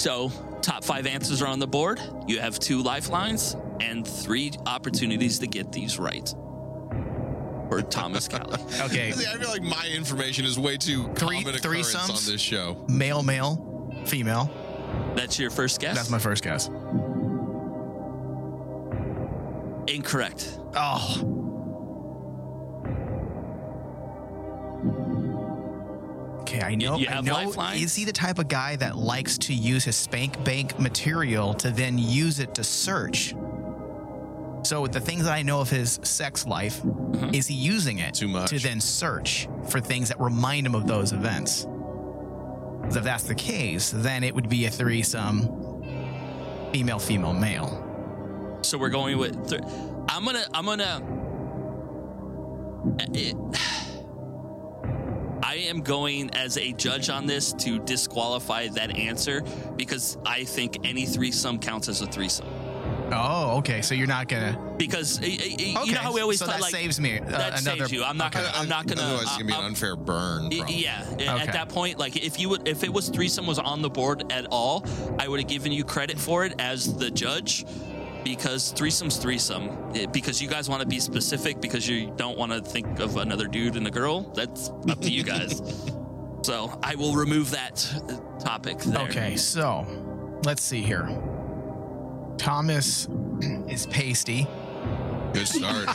G: So, top five answers are on the board. You have two lifelines and three opportunities to get these right. For Thomas Kelly.
E: Okay.
F: See, I feel like my information is way too
E: Three-
F: common occurrence
E: threesomes?
F: on this show.
E: Male, male, female.
G: That's your first guess?
E: That's my first guess.
G: Incorrect.
E: Oh, okay. I know.
G: you
E: I
G: have
E: know.
G: lifelines?
E: Is he the type of guy that likes to use his spank bank material to then use it to search? So with the things that I know of his sex life,
G: Mm-hmm.
E: is he using it
F: Too much.
E: to then search for things that remind him of those events? 'Cause If that's the case, then it would be a threesome, female, female, male.
G: So we're going with. Th- I'm gonna. I'm gonna. It, eh, I am going as a judge on this to disqualify that answer because I think any threesome counts as a threesome.
E: Oh, okay. So you're not gonna.
G: Because eh, eh, eh,
E: Okay,
G: you know how we always
E: so
G: talk
E: that
G: like
E: saves me, uh,
G: that
E: another-
G: saves you. I'm not
E: okay.
G: gonna. I'm not gonna.
F: Otherwise, it's gonna be
G: I'm-
F: an unfair burn.
G: Y-
F: Probably.
G: Yeah, a-
E: Okay.
G: at that point, like if you would, if it was threesome was on the board at all, I would have given you credit for it as the judge, because threesome's threesome. It- because you guys want to be specific, because you don't want to think of another dude and a girl. That's up to you guys. So I will remove that uh, topic. There.
E: Okay, so let's see here. Thomas is pasty.
F: Good start.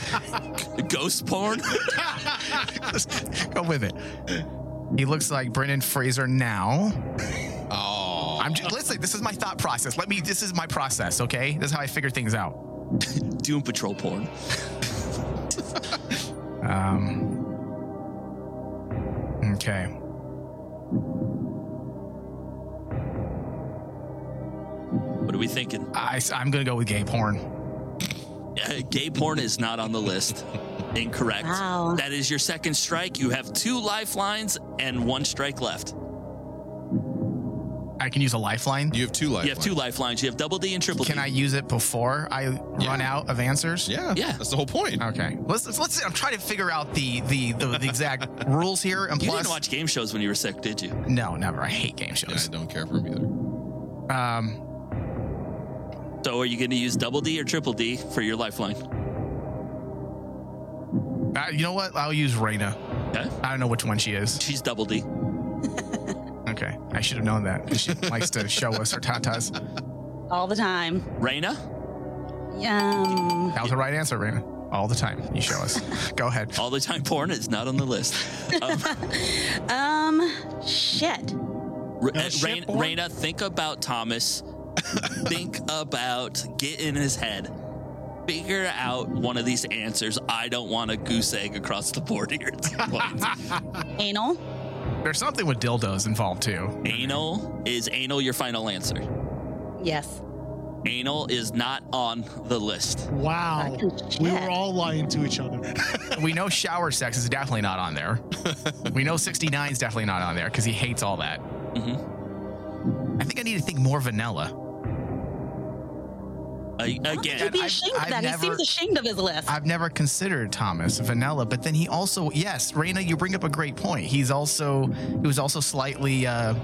G: ghost porn.
E: Go with it. He looks like Brendan Fraser now.
F: oh.
E: I'm just, listen. This is my thought process. Let me. This is my process. Okay. This is how I figure things out.
G: Doom Patrol porn.
E: Um. Okay.
G: What are we thinking?
E: I, am gonna go with gay porn.
G: Uh, gay porn is not on the list. Incorrect.
D: Wow.
G: That is your second strike. You have two lifelines and one strike left.
E: I can use a lifeline.
F: You have two life.
G: You have two lifelines. You have double D and triple
E: Can
G: D.
E: I use it before I run out of answers?
F: Yeah.
G: Yeah.
F: That's the whole point.
E: Okay. Let's let's. let's I'm trying to figure out the the the, the exact rules here. And
G: You
E: plus,
G: didn't watch game shows when you were sick, did you?
E: no, never. I hate game
F: Yeah, I
E: shows.
F: don't care for him either.
E: Um.
G: So are you going to use double D or triple D for your lifeline?
E: Uh, you know what? I'll use Reyna.
G: Okay.
E: I don't know which one she is.
G: She's double D.
E: Okay. I should have known that. She likes to show us her tatas.
D: All the time.
G: Reyna,
D: Yum.
E: That was the right answer, Reyna. All the time. You show us. Go ahead.
G: all the time porn is not on the list. Um,
D: Um. Shit.
G: Re-
A: No
G: uh,
A: shit
G: Reina,
A: porn?
G: Reina, think about Thomas. think about get in his head. Figure out one of these answers. I don't want a goose egg across the board here. at this point.
D: Anal.
E: There's something with dildos involved too.
G: anal is anal your final answer.
D: Yes.
G: Anal is not on the list.
A: Wow.
D: Fucking
A: We
D: shit.
A: were all lying to each other.
E: We know shower sex is definitely not on there. We know 69 is definitely not on there because he hates all that.
G: hmm Mm-hmm.
E: I think I need to think more vanilla.
G: Uh,
D: He'd
G: again,
D: be
E: I've-
D: ashamed of
E: I've
D: that.
E: never-
D: He seems ashamed of his list.
E: I've never considered Thomas vanilla, but then he also yes, Reyna, you bring up a great point. He's also he was also slightly uh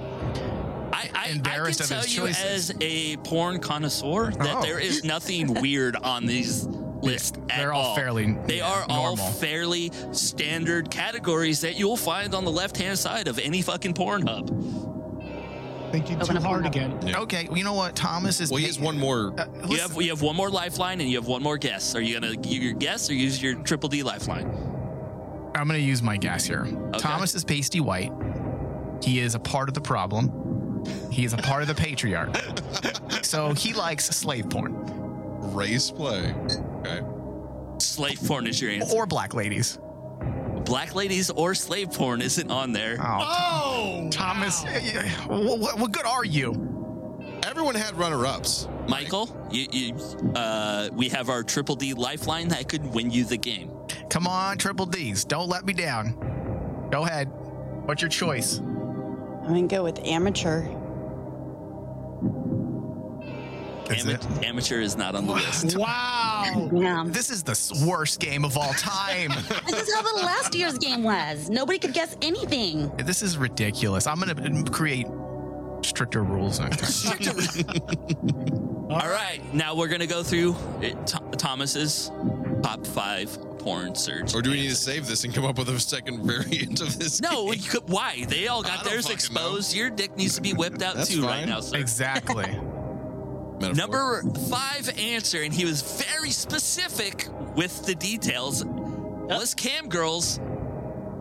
G: I, I,
E: Embarrassed
G: I
E: of
G: can tell
E: his
G: you
E: choices.
G: as a porn connoisseur that
E: Oh.
G: there is nothing weird on these lists at
E: They're all fairly
G: They are all
E: normal.
G: fairly standard categories that you'll find on the left-hand side of any fucking Pornhub.
J: Thank you
D: Open
J: too
D: up
J: hard
D: one.
J: again.
E: Okay, you know what? Thomas is.
F: Well, he has one more.
E: Uh,
G: You
E: listen,
G: have you have one more lifeline and you have one more guess. Are you gonna use your guess or use your triple D lifeline?
E: I'm going to use my guess here. Thomas is pasty white. He is a part of the problem. He is a part of the patriarch. So he likes slave porn
F: Race play. Okay.
G: Slave porn is your answer.
E: or black ladies.
G: Black ladies or slave porn isn't on there.
E: Oh, Thomas, eh, what, what, what good are you?
F: Everyone had runner ups.
G: Michael, you, you, uh, we have our triple D lifeline that could win you the game.
E: Come on, triple D's. Don't let me down. Go ahead. What's your choice?
I: I'm gonna go with amateur.
E: That's
G: Ama-
E: it.
G: Amateur is not on the list.
E: Wow.
D: Yeah.
E: This is the s- worst game of all time.
D: This is how the last year's game was. Nobody could guess anything.
E: this is ridiculous. I'm going to create stricter rules next time.
G: All right, now we're gonna go through it, Th- Thomas's top five porn search.
F: Or do we need to save this and come up with a second variant of this?
G: No,
F: game?
G: you could, why? They all
F: I
G: got
F: don't
G: theirs
F: fucking
G: exposed. Your dick needs to be whipped out
F: That's
G: too right
F: fine.
G: now. Sir.
E: Exactly.
F: Metaphor.
G: Number five answer, and he was very specific with the details. Was cam girls,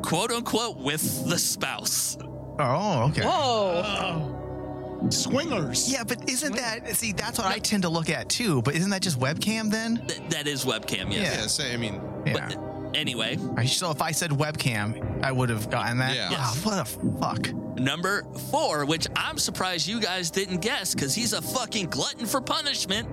G: quote unquote, with the spouse?
E: Oh, okay.
I: Whoa!
A: Swingers.
E: Yeah, but isn't that see? That's what I tend to look at too. But isn't that just webcam then?
G: Th- that is webcam, yes.
F: Yeah, say, I mean,
E: Yeah.
G: Anyway,
E: I- so if I said webcam, I would have gotten that.
F: Yeah.
E: Ah, what a fuck.
G: number four, which I'm surprised you guys didn't guess because he's a fucking glutton for punishment.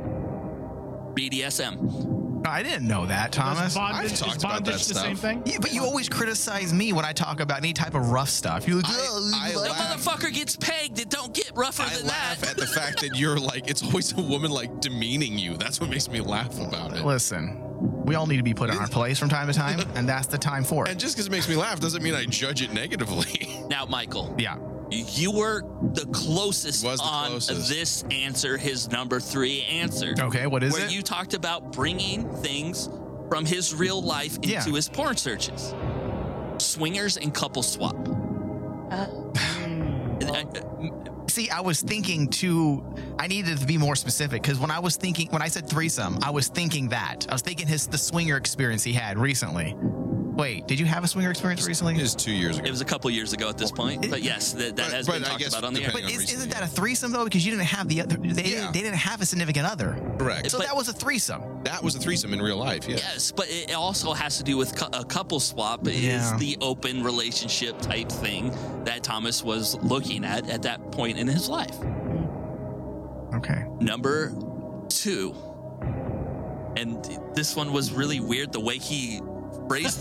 G: BDSM.
E: I didn't know that, Thomas.
J: Is bondage,
F: I've talked
J: is
F: about
J: bondage
F: that
J: the
F: stuff.
J: same thing?
E: Yeah, but you always criticize me when I talk about any type of rough stuff. You're like,
F: I-
E: "Oh,
F: I
E: you
G: The
E: like-"
F: laugh-
G: motherfucker gets pegged. It don't get rougher
F: I
G: than
F: laugh
G: that.
F: at the fact that you're like, it's always a woman like demeaning you. That's what makes me laugh about it.
E: listen, we all need to be put in our place from time to time, and that's the time for
F: And
E: it.
F: just because it makes me laugh doesn't mean I judge it negatively.
G: Now, Michael,
E: Yeah.
G: you- you were the closest
F: Was the
G: on
F: closest.
G: this answer, his number three answer.
E: Okay. What is
G: where
E: it?
G: you talked about bringing things from his real life into
E: Yeah.
G: his porn searches swingers and couple swap Uh,
E: See, I was thinking too. I needed to be more specific because when I was thinking, when I said threesome, I was thinking that I was thinking his the swinger experience he had recently. Wait, did you have a swinger experience recently?
F: It was two years ago.
G: it was a couple years ago at this point but yes that, that
F: But-
G: has
F: but
G: been
F: I
G: talked
F: guess
G: about on the air
E: But
F: depending
E: is,
F: Recently,
E: isn't that a threesome though? Because you didn't have the other. They,
F: Yeah.
E: didn't, they didn't have a significant other.
F: correct.
E: So
G: But-
E: that was a threesome.
F: that was a threesome in real life. Yeah.
G: yes but it also has to do with cou- a couple swap
E: Yeah.
G: is the open relationship type thing that thomas was looking at at that point in his life
E: Okay.
G: Number two, and this one was really weird the way he phrased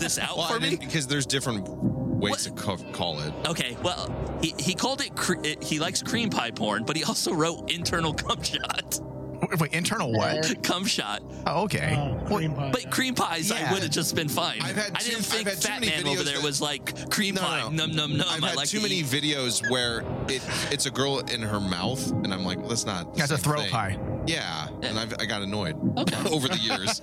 G: this out
F: Well,
G: for
F: I mean,
G: me.
F: because there's different ways
G: What?
F: to ca- call it.
G: Okay, well, he, he called it, cre- it- he likes cream pie porn, but he also wrote internal cum shot.
E: Wait, wait, internal what?
G: cum shot.
E: Oh, okay.
J: Oh,
E: Well,
J: cream pie.
G: But cream pies,
E: Yeah.
G: I would have just been fine.
F: I've had
G: I
F: too-
G: didn't think
F: I've had too
G: Fat
F: many
G: Man over
F: videos
G: there
F: that-
G: was like cream
F: No, no,
G: pie,
F: no.
G: num, num, num.
F: I've
G: I
F: had
G: like E.
F: too
G: to
F: many
G: eat.
F: videos where it it's a girl in her mouth, and I'm like, well, that's not. the
E: that's a
F: same
E: throw
F: thing.
E: pie.
F: Yeah, and I've, I got annoyed
G: Okay.
F: over the years.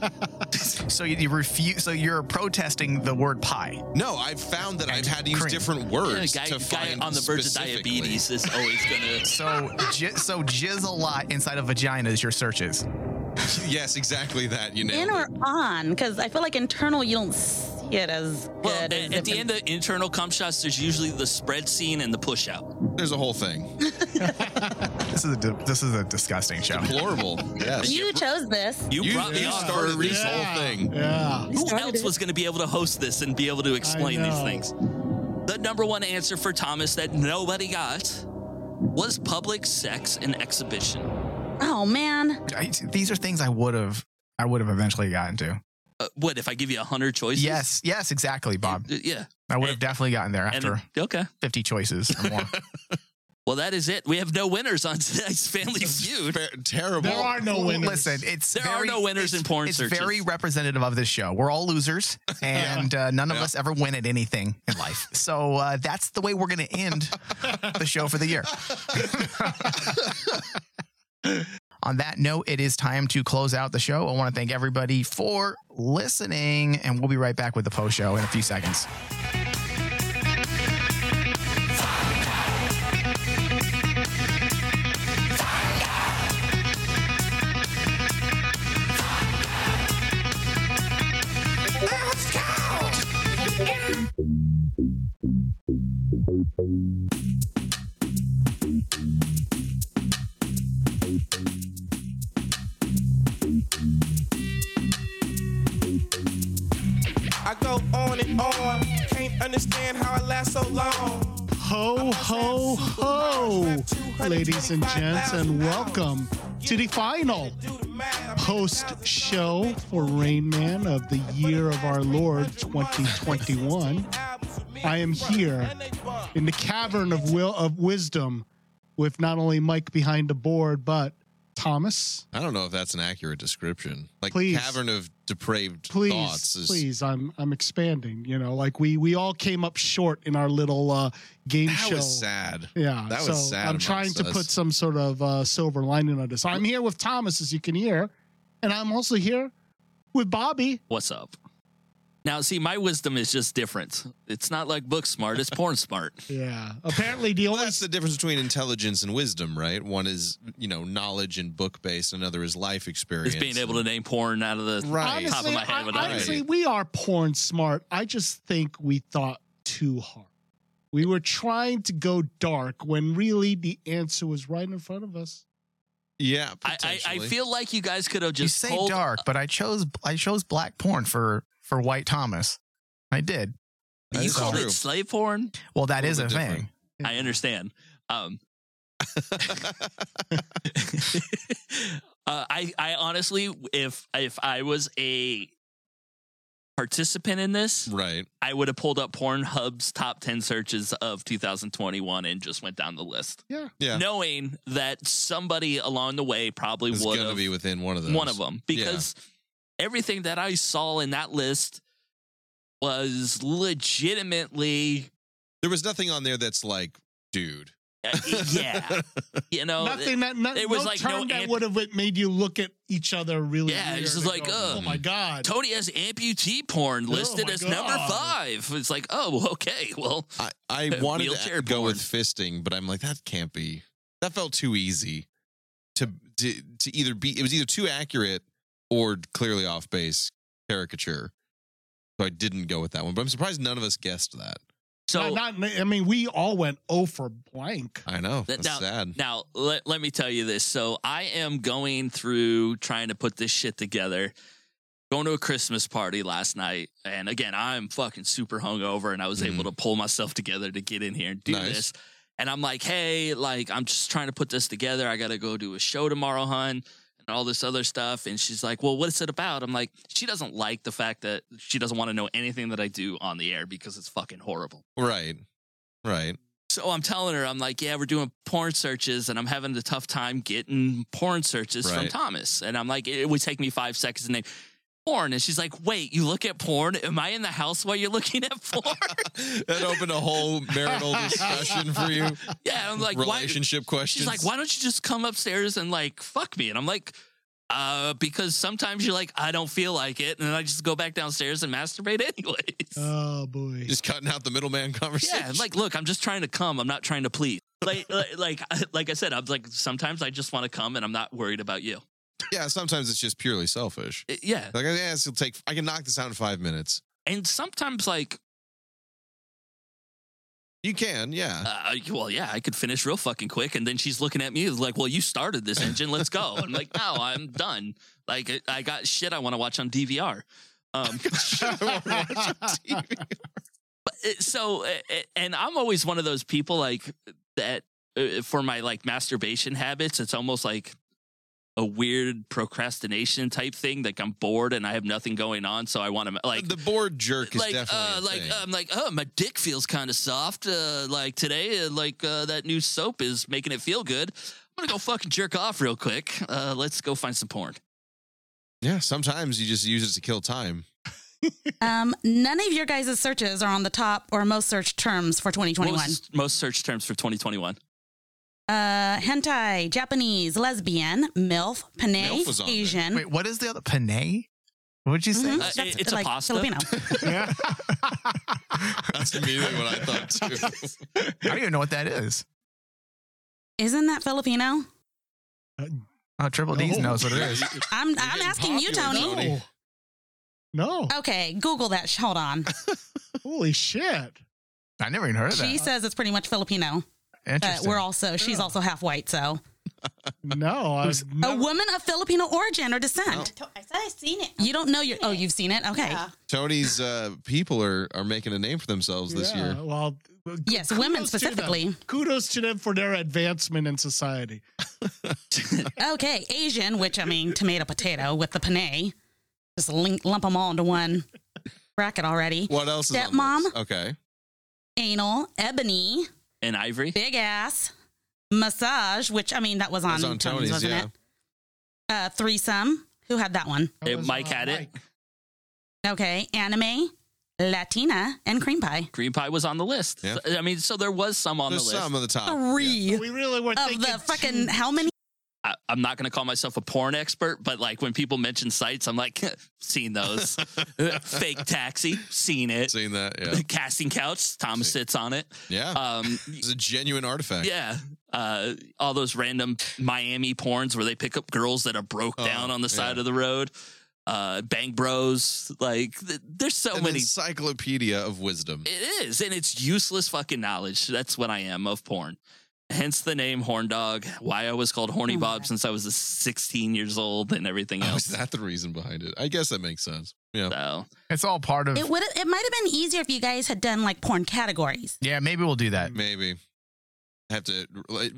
E: So you, you refuse. So you're protesting the word pie.
F: No, I've found that I've had to use
E: cream.
F: different
G: Yeah,
F: words
G: guy,
F: to
G: guy
F: find
G: on the verge of
F: specifically.
G: diabetes is always gonna.
E: So j- so jizz a lot inside of vaginas. Your searches.
F: Yes, exactly that. You
D: In
F: know.
D: or on? Because I feel like internal, you don't see it as good.
G: Well, at,
D: as
G: at the
D: if-
G: end of internal cum shots, there's usually the spread scene and the push out.
F: There's a whole thing.
E: This is a di- this is a disgusting show.
F: Deplorable. Yes.
D: you chose this.
G: You, brought me
F: you
G: on for a
F: started this
G: reason.
F: whole thing.
A: Yeah.
G: Who else was going to be able to host this and be able to explain these
A: know.
G: things? The number one answer for Thomas that nobody got was public sex and exhibition.
D: Oh man,
E: I, these are things I would have I would have eventually gotten to.
G: Uh, what if I give you a hundred choices?
E: Yes, yes, exactly, Bob.
G: Uh, yeah.
E: I would have definitely gotten there
G: And-
E: after
G: okay.
E: 50 choices or more.
G: Well, that is it. We have no winners on today's Family Feud.
F: Fair- terrible.
A: There are no winners.
E: Listen, it's
G: There are
E: very,
G: no winners
E: it's-
G: in porn
E: It's
G: searches.
E: very representative of this show. We're all losers, and uh, none of us ever win at anything in life. So uh, that's the way we're going to end the show for the year. On that note, it is time to close out the show. I want to thank everybody for listening, and we'll be right back with the post show in a few seconds.
C: I go on and on. Can't understand how I last so long.
A: Ho, ho, ho, ladies and gents, and welcome to the final post show for Rain Man of the year of our Lord 2021. I am here in the cavern of will of wisdom with not only Mike behind the board, but Thomas.
F: I don't know if that's an accurate description. Like
A: Please.
F: cavern of depraved
A: Please,
F: thoughts. Is,
A: please, I'm I'm expanding. You know, like we we all came up short in our little uh, game
F: That
A: show.
F: was sad.
A: Yeah,
F: That was
A: so
F: sad
A: I'm
F: amongst
A: trying to
F: us.
A: put some sort of uh, silver lining on this. I'm here with Thomas, as you can hear, and I'm also here with Bobby.
G: What's up? Now, see, my wisdom is just different. It's not like book smart, it's porn smart.
A: Yeah, apparently the
F: Well,
A: only
F: that's the difference between intelligence and wisdom, right? One is, you know, knowledge and book based, another is life experience.
G: It's being able to name porn out of the
F: Right.
G: top of
A: honestly,
G: my head.
A: I-
G: without
F: I-
A: honestly,
G: any-
A: we are porn smart. I just think we thought too hard. We were trying to go dark when really the answer was right in front of us.
F: Yeah.
G: I, I, I
F: potentially.
G: feel like you guys could have
E: you
G: just
E: say
G: told-
E: dark, but I chose I chose black porn for for White Thomas. I did.
G: You
F: That's
G: called
F: true.
G: it slave porn?
E: Well, that
F: A
E: is
F: little
E: a
F: bit
E: thing.
F: different.
G: I understand. Um, uh, I I honestly, if if I was a participant in this,
F: Right.
G: I would have pulled up Pornhub's top ten searches of 2021 and just went down the list,
F: Yeah.
G: knowing that somebody along the way probably
F: it's
G: would
F: going to
G: have
F: be within one of those.
G: one of them
F: Yeah.
G: because everything that I saw in that list was legitimately,
F: There was nothing on there that's like, dude.
G: uh, yeah, you know,
A: Nothing that not,
G: it was
A: no
G: like
A: term
G: no
A: that
G: ant-
A: would have made you look at each other really.
G: Yeah, it's
A: weird
G: just
A: and
G: like,
A: go,
G: ugh.
A: oh my god.
G: Tony has amputee porn listed
A: Oh my
G: as number
A: God.
G: five. It's like, oh, okay. Well,
F: I, I wanted
G: Wheelchair
F: to go
G: porn.
F: with fisting, but I'm like, that can't be. That felt too easy to, to, to either be, it was either too accurate or clearly off base caricature. So I didn't go with that one, but I'm surprised none of us guessed that.
G: so
A: Not- not- I mean, we all went oh for blank.
F: I know.
G: That-
F: That's
G: now-
F: sad.
G: now let, let me tell you this. So I am going through trying to put this shit together. Going to a Christmas party last night. And again, I'm fucking super hungover and I was
F: Mhm.
G: able to pull myself together to get in here and do
F: Nice.
G: this. And I'm like, hey, like, I'm just trying to put this together. I got to go do a show tomorrow, hun. and all this other stuff. And she's like, Well, what's it about? I'm like, She doesn't like the fact that she doesn't want to know anything that I do on the air because it's fucking horrible.
F: Right. Right.
G: So I'm telling her, I'm like, Yeah, we're doing porn searches and I'm having a tough time getting porn searches from
F: Right.
G: Thomas. And I'm like, It would take me five seconds to name porn. And she's like, Wait, you look at porn? Am I in the house while you're looking at porn?
F: that opened a whole marital discussion for you.
G: yeah. I'm like, Why?
F: Relationship questions.
G: She's like, Why don't you just come upstairs and like fuck me? And I'm like, uh, because sometimes you're like, I don't feel like it, and then I just go back downstairs and masturbate anyways.
A: Oh boy.
F: Just cutting out the middleman conversation.
G: yeah, like look, I'm just trying to come. I'm not trying to please. Like, like, like, like I said, I'm like sometimes I just want to come, and I'm not worried about you.
F: yeah. Sometimes it's just purely selfish.
G: Uh, yeah,
F: Like, yeah, this will take. I can knock this out in five minutes.
G: and sometimes like,
F: You can, yeah.
G: uh, well, yeah, I could finish real fucking quick, and then she's looking at me like, well, you started this engine, let's go. I'm like, no, I'm done. Like, I- I got shit I want to watch on DVR. Um, it- so uh, uh, and i'm always one of those eh, people like that uh, for my like masturbation habits it's almost like a weird procrastination type thing. Like I'm bored and I have nothing going on, so I want to like
F: the board jerk is
G: like
F: definitely
G: uh,
F: a
G: like
F: thing.
G: I'm like oh my dick feels kind of soft uh, like today uh, like uh, that new soap is making it feel good. I'm gonna go fucking jerk off real quick. Uh, let's go find some porn.
F: yeah. Sometimes you just use it to kill time.
H: Um, none of your guys' searches are on the top or most searched terms for
G: What
H: 2021.
G: was most search terms for 2021?
H: uh, hentai, Japanese, lesbian, MILF, Panay,
F: MILF was on there.
H: Asian.
E: Wait, what is the other Panay? What'd you say?
H: Mhm.
G: Uh, it-
H: That's
G: it's a pasta?
H: Filipino.
A: Yeah.
F: That's immediately what I thought too.
E: I don't even know what that is.
H: Isn't that Filipino?
E: Oh, Triple D's
A: No.
E: knows what it is.
H: I'm I'm
F: getting
H: asking you,
F: popular,
H: Tony.
F: Tony.
A: no. No.
H: Okay, Google that. Sh- Hold on.
A: Holy shit.
E: I never even heard of that.
H: She says it's pretty much Filipino, but
E: Interesting.
H: we're also she's also half white. So
A: No. I
E: Who's-
H: a woman of Filipino origin or descent.
I: I said I seen it.
H: You don't know your. Oh, you've seen it. Okay.
I: Yeah.
F: Tony's uh, people are are making a name for themselves this
A: Yeah,
F: year.
A: Well,
H: Yes, women
A: kudos to them.
H: specifically.
A: kudos to them for their advancement in society.
H: Okay, Asian, which I mean, tomato potato with the panay. Just link, lump them all into one bracket already.
F: What else? is on
H: Stepmom.
F: this? Okay.
H: Anal, ebony,
G: And Ivory.
H: big ass, massage, which I mean, that was on,
F: That's on
H: Tony's,
F: Tony's,
H: wasn't
F: yeah.
H: it? Uh, threesome. Who had that one?
A: That
G: Uh,
A: was,
G: Mike
A: uh,
G: had it.
H: Okay, anime, Latina, and cream pie.
G: Green Pie was on the list.
F: Yeah.
G: So- I mean, so there was some on
F: There's
G: the list.
F: some on the top.
H: Three
A: We really were
H: of
A: thinking
H: the fucking how many?
G: I, I'm not going to call myself a porn expert, but like when people mention sites, I'm like, seen those. Fake taxi, seen it.
F: Seen that? Yeah.
G: Casting couch, Thomas sits on it.
F: Yeah.
G: Um,
F: it's a genuine artifact.
G: yeah, uh, all those random Miami porns where they pick up girls that are broke
F: Oh,
G: down on the side
F: yeah.
G: of the road. Uh, Bang Bros, like th- there's so
F: An
G: many.
F: encyclopedia of wisdom.
G: It is, and it's useless fucking knowledge. That's what I am of porn. Hence the name Horn Dog. Why I was called Horny
H: Oh my
G: Bob
H: God.
G: since I was 16 years old and everything
F: Mm. Oh, is
G: else.
F: that the reason behind it? I guess that makes sense. Yeah.
G: So
E: it's all part of.
H: It would it might have been easier if you guys had done like porn categories.
E: yeah, maybe we'll do that.
F: Maybe. I have to. like,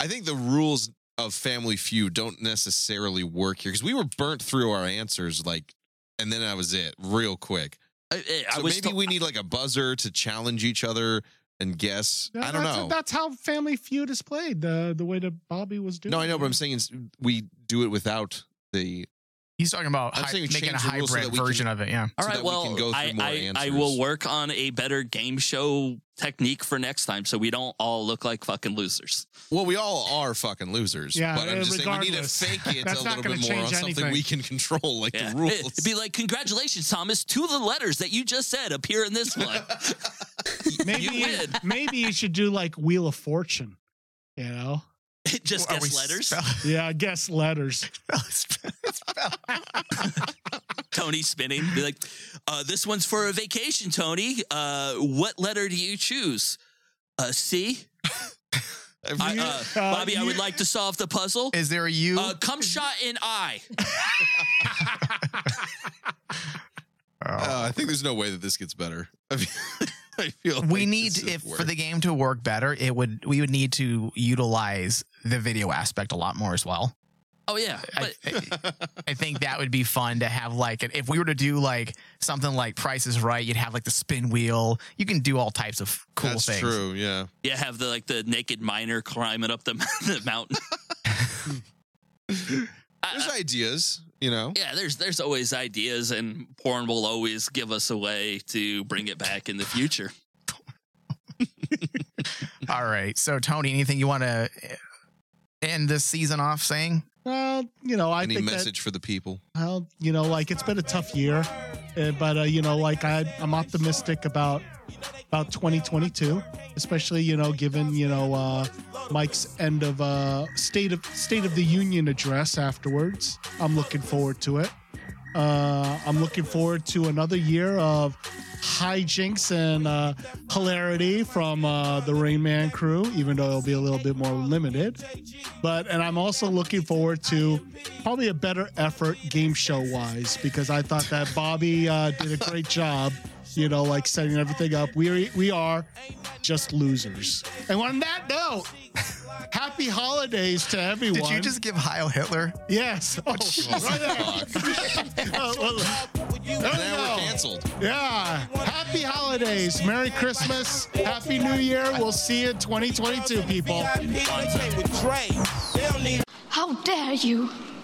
F: I think the rules of Family Feud don't necessarily work here because we were burnt through our answers, like, and then that was it, real quick.
G: I, I- I
F: So
G: was
F: maybe
G: to-
F: we need like a buzzer to challenge each other and guess.
A: No,
F: I don't
A: that's,
F: know.
A: That's how Family Feud is played. The the way that Bobby was doing.
F: no, I know,
A: it.
F: but I'm saying is we do it without the.
E: He's talking about
F: I'm
E: hy-
F: saying we
E: making a
F: change the rules so
E: hybrid
F: that we can-
E: version of it. Yeah.
G: all
F: so
G: right.
F: that we
G: well,
F: can go through
G: I,
F: more
G: I, I
F: answers.
G: will work on a better game show technique for next time, so we don't all look like fucking losers.
F: Well, we all are fucking losers.
A: Yeah,
F: but I'm
A: uh,
F: just saying we need to
A: regardless.
F: fake it a
A: That's not
F: little bit
A: gonna
F: more on
A: change
F: something
A: anything.
F: we can control, like
G: Yeah.
F: the rules.
G: It'd be like, congratulations, Thomas, to the letters that you just said appear in this one.
A: maybe
G: you win.
A: maybe you should do like Wheel of Fortune. You know.
G: just
E: Are we
G: guess letters.
E: spell-
A: Yeah, I guess letters.
E: spell- spell-
G: Tony spinning. Be like, uh, this one's for a vacation, Tony. Uh, what letter do you choose? Uh, C. I, uh, Bobby, I would like to solve the puzzle.
E: Is there a U?
G: Uh, come shot in I.
E: Oh.
F: Uh, I think there's no way that this gets better. I, mean, I feel
E: we
F: like
E: need
F: this is
E: if for
F: worse.
E: the game to work better, it would we would need to utilize the video aspect a lot more as well.
G: Oh yeah,
E: I,
G: but
E: I, I think that would be fun to have like if we were to do like something like Price is Right, you'd have like the spin wheel. You can do all types of cool
F: That's
E: things.
F: true. Yeah.
G: you have the like the naked miner climbing up the, the mountain. I-
F: There's ideas, you know.
G: Yeah, there's there's always ideas, and porn will always give us a way to bring it back in the future.
E: All right, so Tony, anything you want to end this season off saying?
A: Well, you know, I
F: Any
A: think
F: message for the people?
A: that well, you know, like it's been a tough year, uh, but uh, you know, like I, I'm optimistic about about 2022, especially you know, given you know uh, Mike's end of uh, state of State of the Union address afterwards. I'm looking forward to it. Uh, I'm looking forward to another year of hijinks and uh, hilarity from uh, the Rain Man crew, even though it'll be a little bit more limited. But and I'm also looking forward to probably a better effort game show wise because I thought that Bobby uh, did a great job you know, like setting everything up. We are, we are just losers. And on that note, happy holidays to everyone.
E: Did you just give Heil Hitler?
A: Yes. Oh, right there. Oh, well, there we
F: now we're
A: go.
F: canceled.
A: Yeah. Happy holidays. Merry Christmas. Happy New Year. We'll see you in 2022, people.
C: VIP, they came with Dre. They don't need
J: How dare you?